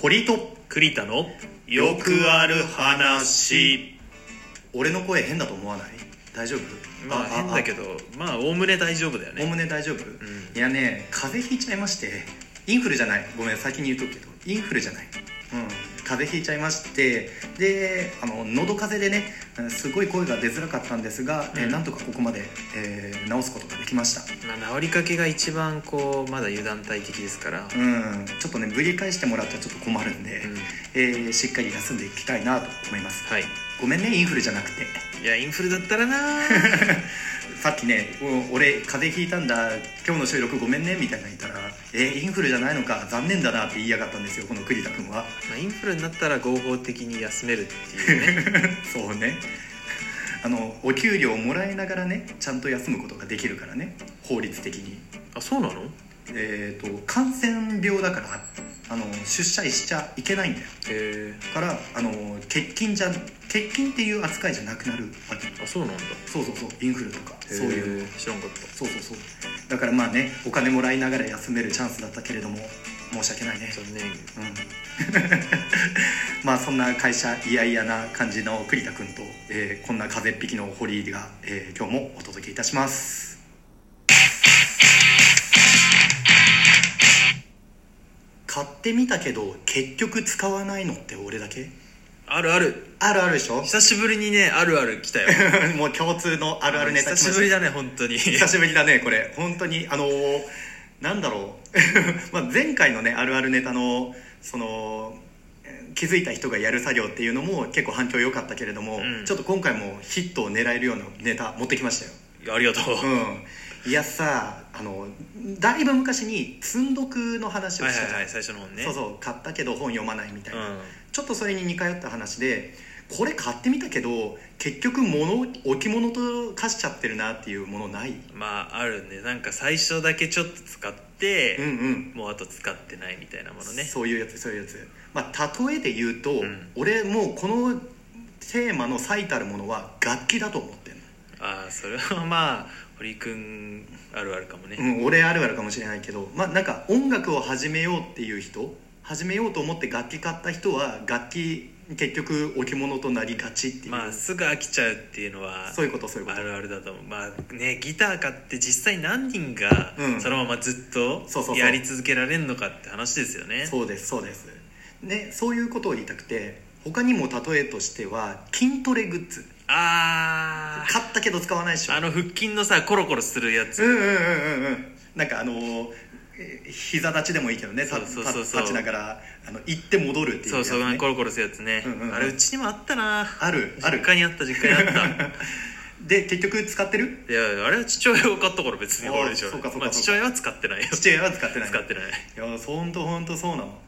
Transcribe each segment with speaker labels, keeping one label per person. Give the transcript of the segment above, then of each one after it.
Speaker 1: 堀と栗田のよくある話俺の声変だと思わない大丈夫
Speaker 2: まあ変だけどまあおおむね大丈夫だよ
Speaker 1: おお
Speaker 2: ね
Speaker 1: むね大丈夫、いやね風邪ひいちゃいましてインフルじゃないごめん先に言うとくけどインフルじゃないうん風邪ひいちゃいましてであの喉風邪でねうんすごい声が出づらかったんですが、えー
Speaker 2: うん
Speaker 1: なんとかここまで、えー治すことができました
Speaker 2: まあ治りかけが一番こうまだ油断大敵ですから、
Speaker 1: うんちょっとねぶり返してもらったらちょっと困るんで、
Speaker 2: うん
Speaker 1: えーしっかり休んでいきたいなと思います
Speaker 2: はい
Speaker 1: ごめんねインフルじゃなくて
Speaker 2: いやインフルだったらな
Speaker 1: さっきね「お俺風邪ひいたんだ今日の収録ごめんね」みたいなの言ったら「えーインフルじゃないのか残念だな」って言いやがったんですよこの栗田君は
Speaker 2: まあインフルになったら合法的に休めるっていうね
Speaker 1: そうねあのお給料もらいながらねちゃんと休むことができるからね法律的に
Speaker 2: あそうなのへ
Speaker 1: えっ、と感染病だからあの出社しちゃいけないんだよ
Speaker 2: え
Speaker 1: だからあの欠勤じゃ欠勤っていう扱いじゃなくなるわけ
Speaker 2: あそうなんだ
Speaker 1: そうそうそうインフルとかそういう
Speaker 2: へー知らんかった
Speaker 1: そうそうそうだからまあねお金もらいながら休めるチャンスだったけれども申し訳ないね
Speaker 2: 残念
Speaker 1: うん まあそんな会社嫌々な感じの栗田君と、えーこんな風邪っ引きの堀井が、えー今日もお届けいたします買ってみたけど結局使わないのって俺だけ
Speaker 2: あるある
Speaker 1: あるあるでしょ
Speaker 2: 久しぶりにねあるある来た よ
Speaker 1: もう共通のあるあるネタ来ま
Speaker 2: 久
Speaker 1: した
Speaker 2: しぶりだね本当に
Speaker 1: 久しぶりだねこれ本当にあのーなんだろう まあ前回のねあるあるネタのそのえー気づいた人がやる作業っていうのも結構反響良かったけれども、
Speaker 2: うん
Speaker 1: ちょっと今回もヒットを狙えるようなネタ持ってきましたよ
Speaker 2: ありがと う、
Speaker 1: うんいやさあのだいぶ昔に積んどくの話を
Speaker 2: は
Speaker 1: し
Speaker 2: い
Speaker 1: た
Speaker 2: はい
Speaker 1: じゃん
Speaker 2: はい最初の本ね
Speaker 1: そうそう買ったけど本読まないみたいな、
Speaker 2: うん
Speaker 1: ちょっとそれに似通った話でこれ買ってみたけど結局物置物と化しちゃってるなっていうものない
Speaker 2: まああるねなんか最初だけちょっと使って、
Speaker 1: うんうん
Speaker 2: もうあと使ってないみたいなものね
Speaker 1: そういうやつそういうやつまあ例えで言うと、
Speaker 2: ん
Speaker 1: 俺もうこのテーマの最たるものは楽器だと思ってんの、
Speaker 2: ああそれはまあ堀君あるあるかもね、
Speaker 1: うん、俺あるあるかもしれないけどまあなんか音楽を始めようっていう人始めようと思って楽器買った人は楽器結局置物となりがちっていう、
Speaker 2: まあすぐ飽きちゃうっていうのは
Speaker 1: そういうことそういうこ
Speaker 2: あ
Speaker 1: と
Speaker 2: るあるだと思うまあねギター買って実際何人が
Speaker 1: うん
Speaker 2: そのままずっと
Speaker 1: そうそうそう
Speaker 2: やり続けられんのかって話ですよね
Speaker 1: そうですそうですねそういうことを言いたくて他にも例えとしては筋トレグッズ
Speaker 2: あ
Speaker 1: 買ったけど使わないでしょ
Speaker 2: ああの腹筋のさコロコロするやつ
Speaker 1: うんうんうんうんうんなんかあのーえー膝立ちでもいいけどねた
Speaker 2: そうそうそうそう
Speaker 1: た立ちながらあの行って戻るっていう
Speaker 2: そ
Speaker 1: や
Speaker 2: う
Speaker 1: つ
Speaker 2: そう、
Speaker 1: ね
Speaker 2: コロコロするやつね、
Speaker 1: うんうんうん
Speaker 2: あれうちにもあったな
Speaker 1: あるある
Speaker 2: 実家にあった実家にあった
Speaker 1: で結局使ってる
Speaker 2: いやあれは父親が買ったから別に俺でしょ
Speaker 1: あーそうかそうか
Speaker 2: まあ、
Speaker 1: そうか
Speaker 2: 父親は使ってないよ
Speaker 1: 父親は使ってない
Speaker 2: 使ってない
Speaker 1: いやほんとほんとそうなの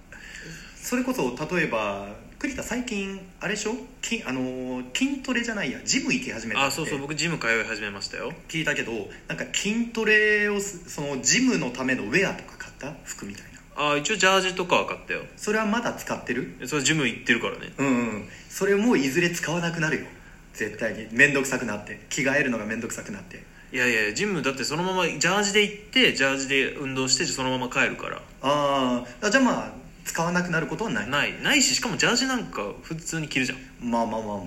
Speaker 1: それこそ例えば栗田最近あれでしょ筋,き、あのー筋トレじゃないやジム行き始めたって
Speaker 2: あそうそう僕ジム通い始めましたよ
Speaker 1: 聞いたけどなんか筋トレをすそのジムのためのウェアとか買った服みたいな
Speaker 2: あ一応ジャージとかは買ったよ
Speaker 1: それはまだ使ってる
Speaker 2: それジム行ってるからね
Speaker 1: うんうんそれもいずれ使わなくなるよ絶対に面倒くさくなって着替えるのが面倒くさくなって
Speaker 2: いやいやジムだってそのままジャージで行ってジャージで運動してそのまま帰るから
Speaker 1: あーあじゃあまあ使わなくなることはない
Speaker 2: ないないししかもジャージなんか普通に着るじゃん
Speaker 1: まあまあまあまあ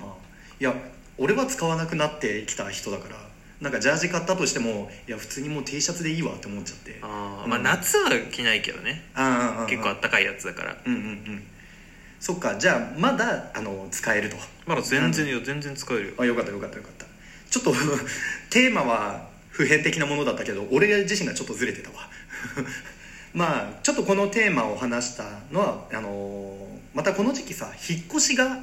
Speaker 1: いや俺は使わなくなってきた人だからなんかジャージ買ったとしてもいや普通にもう T シャツでいいわって思っちゃって
Speaker 2: あー、
Speaker 1: うん
Speaker 2: まあ夏は着ないけどね
Speaker 1: あーあーあー
Speaker 2: 結構あったかいやつだから
Speaker 1: うんうんうんそっかじゃあまだあの使えると
Speaker 2: まだ全然よ全然使えるよ
Speaker 1: あよかったよかったよかったちょっと テーマは普遍的なものだったけど俺自身がちょっとずれてたわ まあちょっとこのテーマを話したのはあのーまたこの時期さ引っ越しが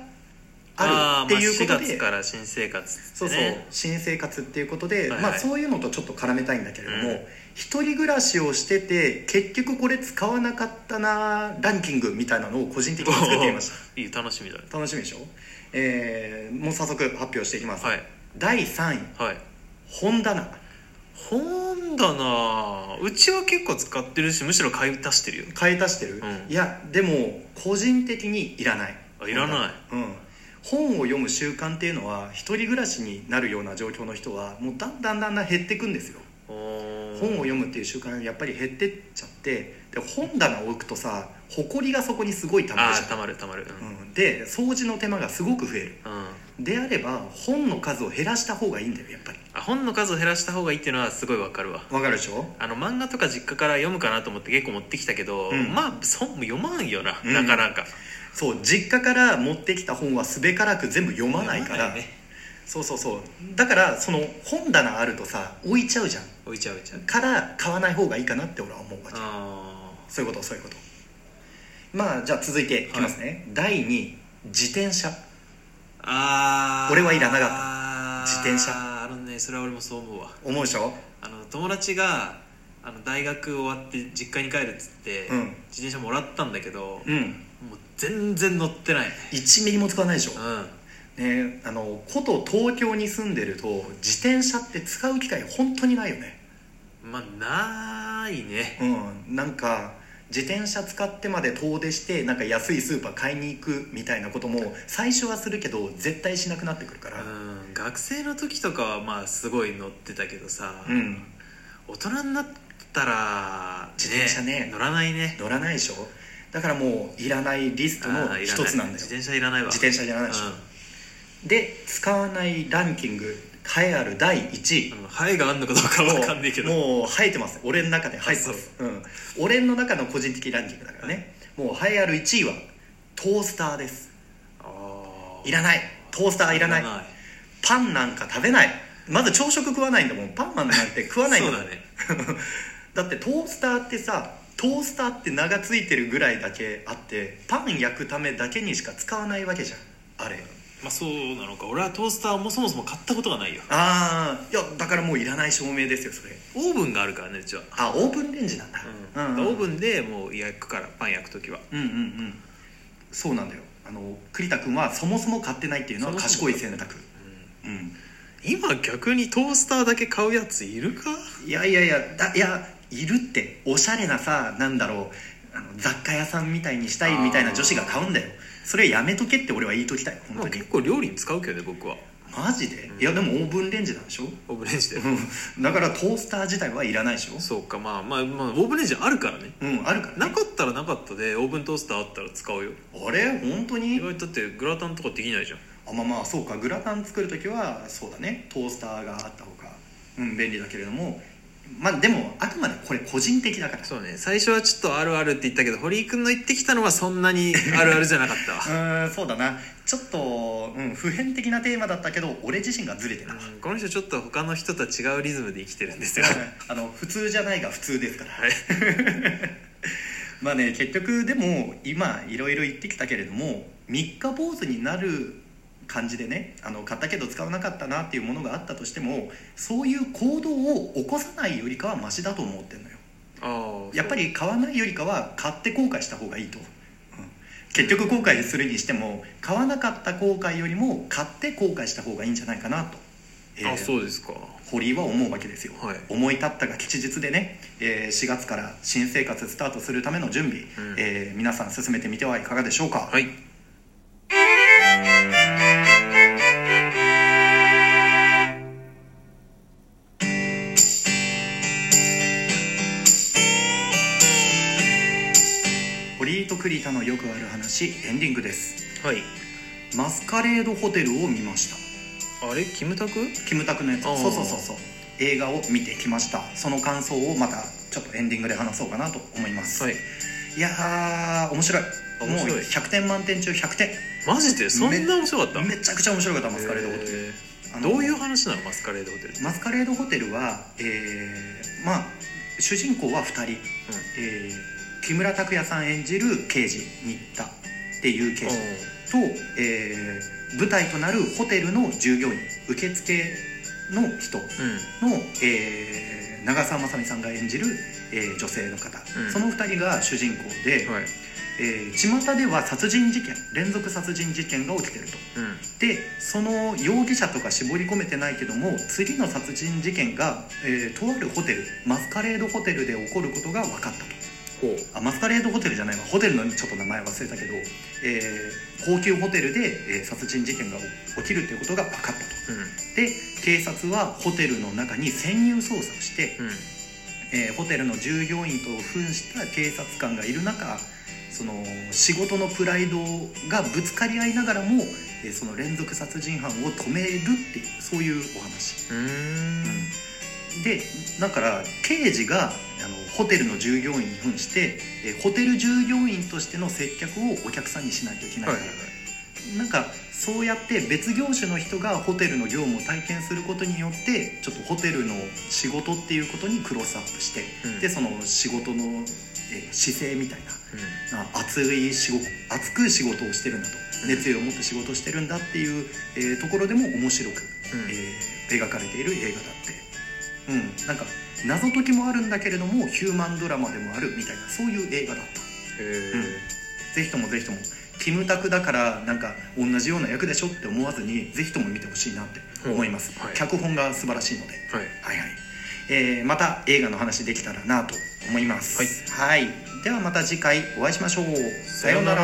Speaker 1: あ
Speaker 2: ー
Speaker 1: るっていうこ
Speaker 2: まあ、
Speaker 1: とで、
Speaker 2: 4月から新生活って、ね、
Speaker 1: そうそう新生活っていうことで、
Speaker 2: いはい
Speaker 1: まあ、そういうのとちょっと絡めたいんだけれども、
Speaker 2: うん
Speaker 1: 一人暮らしをしてて結局これ使わなかったなランキングみたいなのを個人的に作ってみました
Speaker 2: おーいい楽しみだね
Speaker 1: 楽しみでしょ、えーもう早速発表していきます、
Speaker 2: はい
Speaker 1: 第3位
Speaker 2: はい
Speaker 1: 本棚
Speaker 2: 本棚うちは結構使ってるしむしろ買い足してるよ
Speaker 1: 買い足してる、
Speaker 2: うん
Speaker 1: いやでも個人的にいらない
Speaker 2: あいらない
Speaker 1: 本,、うん、本を読む習慣っていうのは一人暮らしになるような状況の人はもうだんだんだんだん減っていくんですよ本を
Speaker 2: 本
Speaker 1: 読むっていう習慣やっぱり減ってっちゃってで本棚を置くとさ埃がそこにすごい溜ま
Speaker 2: あ
Speaker 1: る
Speaker 2: あ
Speaker 1: じ
Speaker 2: ーたまるたまるうん
Speaker 1: ゃん、うん、で掃除の手間がすごく増える
Speaker 2: うん
Speaker 1: であれば本の数を減らした方がいいんだよやっぱり
Speaker 2: あ本の数を減らした方がいいっていうのはすごいわかるわ
Speaker 1: わかるでしょ
Speaker 2: あの漫画とか実家から読むかなと思って結構持ってきたけど、
Speaker 1: うん
Speaker 2: まあ本も読まんよな、
Speaker 1: うん
Speaker 2: なかなか
Speaker 1: そう実家から持ってきた本はすべからく全部読まないから
Speaker 2: ね
Speaker 1: そうそうそうだからその本棚あるとさ置いちゃうじゃん
Speaker 2: 置いちゃう置いちゃう
Speaker 1: から買わない方がいいかなって俺は思うわけ
Speaker 2: あ
Speaker 1: そういうことそういうことまあじゃあ続いていきますね、第2自転車
Speaker 2: ーあー
Speaker 1: 俺はいらなかった自転車
Speaker 2: あのねそれは俺もそう思うわ
Speaker 1: 思うでしょ
Speaker 2: あの友達があの大学終わって実家に帰るっつって、
Speaker 1: うん
Speaker 2: 自転車もらったんだけど、
Speaker 1: うん
Speaker 2: もう全然乗ってない
Speaker 1: 1ミリも使わないでしょ
Speaker 2: う、ん
Speaker 1: ね、あのこと東京に住んでると自転車って使う機会本当にないよね
Speaker 2: まあないね
Speaker 1: うんなんか自転車使ってまで遠出してなんか安いスーパー買いに行くみたいなことも最初はするけど絶対しなくなってくるから
Speaker 2: うん学生の時とかはまあすごい乗ってたけどさ、
Speaker 1: うん
Speaker 2: 大人になったら、ね、
Speaker 1: 自転車ね
Speaker 2: 乗らないね
Speaker 1: 乗らないでしょだからもういらないリスト
Speaker 2: あ
Speaker 1: の
Speaker 2: ーいらない
Speaker 1: 一つなんだよ
Speaker 2: 自転車いらないわ
Speaker 1: 自転車いらないでしょで使わないランキング栄えある第1位
Speaker 2: うん、あのハエがあんのかどうかは分かんないけど
Speaker 1: もうもう生えてます俺の中で生えてますう、ん、俺の中の個人的ランキングだからね、もう栄えある1位はトースターです
Speaker 2: あー
Speaker 1: いらないトースターいらないパンなんか食べないまず朝食食わないんだもんパンマンなんて食わないん
Speaker 2: そ
Speaker 1: だ
Speaker 2: う
Speaker 1: もん
Speaker 2: だね
Speaker 1: だってトースターってさトースターって名が付いてるぐらいだけあってパン焼くためだけにしか使わないわけじゃんあれ
Speaker 2: まあそうなのか俺はトースターもそもそも買ったことがないよ
Speaker 1: ああいやだからもういらない照明ですよそれ
Speaker 2: オーブンがあるからねうちは、
Speaker 1: あオーブンレンジなんだ、
Speaker 2: う
Speaker 1: うんんうん
Speaker 2: オーブンでもう焼くからパン焼く時は
Speaker 1: うんうんうんそうなんだよあの栗田君はそもそも買ってないっていうのは賢い選択うん
Speaker 2: 今逆にトースターだけ買うやついるか
Speaker 1: いやいやいやだいやいるっておしゃれなさなんだろうあの雑貨屋さんみたいにしたいみたいな女子が買うんだよそれやめとけって俺は言いときたい
Speaker 2: ま
Speaker 1: 本
Speaker 2: あ
Speaker 1: 当に
Speaker 2: 結構料理に使うけどね僕は
Speaker 1: マジでいやでもオーブンレンジなんでしょ
Speaker 2: オーブンレンジで
Speaker 1: うんだからトースター自体はいらないでしょ
Speaker 2: そうかまあまあまあオーブンレンジあるからね
Speaker 1: うんあるから
Speaker 2: なかったらなかったでオーブントースターあったら使うよ
Speaker 1: あれ本当
Speaker 2: 意
Speaker 1: に
Speaker 2: 外とだってグラタンとかできないじゃん
Speaker 1: あまあまあそうかグラタン作る時はそうだねトースターがあった方がうん便利だけれどもまあでもあくまでこれ個人的だから
Speaker 2: そうね最初はちょっとあるあるって言ったけど堀井君の言ってきたのはそんなにあるあるじゃなかったわ
Speaker 1: うーんそうだなちょっと、うん、普遍的なテーマだったけど俺自身がずれてた、
Speaker 2: うんこの人ちょっと他の人とは違うリズムで生きてるんです よ
Speaker 1: あの普通じゃないが普通ですから
Speaker 2: はい
Speaker 1: まあね結局でも今いろいろ言ってきたけれども三日坊主になる感じでねあの買ったけど使わなかったなっていうものがあったとしてもそういう行動を起こさないよりかはマシだと思ってんのよ
Speaker 2: ああ
Speaker 1: やっぱり買わないよりかは買って後悔した方がいいと、うん結局後悔するにしても買わなかった後悔よりも買って後悔した方がいいんじゃないかなと、えー
Speaker 2: あそうですか
Speaker 1: 堀井は思うわけですよ、
Speaker 2: はい
Speaker 1: 思い立ったが吉日でね、えー4月から新生活スタートするための準備、
Speaker 2: ん
Speaker 1: えー皆さん進めてみてはいかがでしょうか、
Speaker 2: はい
Speaker 1: 堀井と栗田のよくある話エンディングです
Speaker 2: はい
Speaker 1: マスカレードホテルを見ました
Speaker 2: あれキムタク
Speaker 1: キムタクのやつ
Speaker 2: あ
Speaker 1: そ
Speaker 2: ー
Speaker 1: うそうそうそう映画を見てきましたその感想をまたちょっとエンディングで話そうかなと思います、
Speaker 2: はい
Speaker 1: い、やー面白い
Speaker 2: 面白い
Speaker 1: もう100点満点中100点
Speaker 2: マジでそんな面白かった
Speaker 1: めちゃくちゃ面白かったマスカレードホテル
Speaker 2: へ
Speaker 1: あ
Speaker 2: ー
Speaker 1: の
Speaker 2: どういう話なのマスカレードホテルって
Speaker 1: マスカレードホテルは、えーまあ主人公は2人、えー木村拓哉さん演じる刑事新田っていう刑事と、えー舞台となるホテルの従業員受付の人
Speaker 2: うんうん
Speaker 1: の、えー長澤まさみさんが演じる、えー女性の方、
Speaker 2: うん
Speaker 1: その2人が主人公で、
Speaker 2: はい
Speaker 1: えー巷では殺人事件連続殺人事件が起きてると。
Speaker 2: うん
Speaker 1: でその容疑者とか絞り込めてないけども次の殺人事件が、えーとあるホテルマスカレードホテルで起こることが分かったとこうあマスカレードホテルじゃないわホテルのちょっと名前忘れたけど、えー高級ホテルで、えー殺人事件が起きるということが分かったとで警察はホテルの中に潜入捜査をして、
Speaker 2: うんうん
Speaker 1: えーホテルの従業員と扮した警察官がいる中その仕事のプライドがぶつかり合いながらも、えーその連続殺人犯を止めるっていうそういうお話、
Speaker 2: うーん
Speaker 1: でだから刑事があのホテルの従業員に扮して、えーホテル従業員としての接客をお客さんにしないといけない
Speaker 2: は
Speaker 1: か
Speaker 2: い
Speaker 1: ら、
Speaker 2: はいはい
Speaker 1: なんかそうやって別業種の人がホテルの業務を体験することによってちょっとホテルの仕事っていうことにクロスアップして、
Speaker 2: うん
Speaker 1: でその仕事の、えー姿勢みたいな
Speaker 2: うん
Speaker 1: あ熱い仕事熱く仕事をしてるんだと
Speaker 2: うん
Speaker 1: 熱意を持って仕事をしてるんだっていう、えーところでも面白く、
Speaker 2: うん
Speaker 1: えー描かれている映画だって、うん、なんか謎解きもあるんだけれどもヒューマンドラマでもあるみたいなそういう映画だった。
Speaker 2: へ
Speaker 1: ぜひともぜひともキムタクだからなんか同じような役でしょって思わずにぜひとも見てほしいなって思います、
Speaker 2: うんはい
Speaker 1: 脚本が素晴らしいので
Speaker 2: えはい
Speaker 1: はいはい、えーまた映画の話できたらなと思いますはいではまた次回お会いしましょうさようなら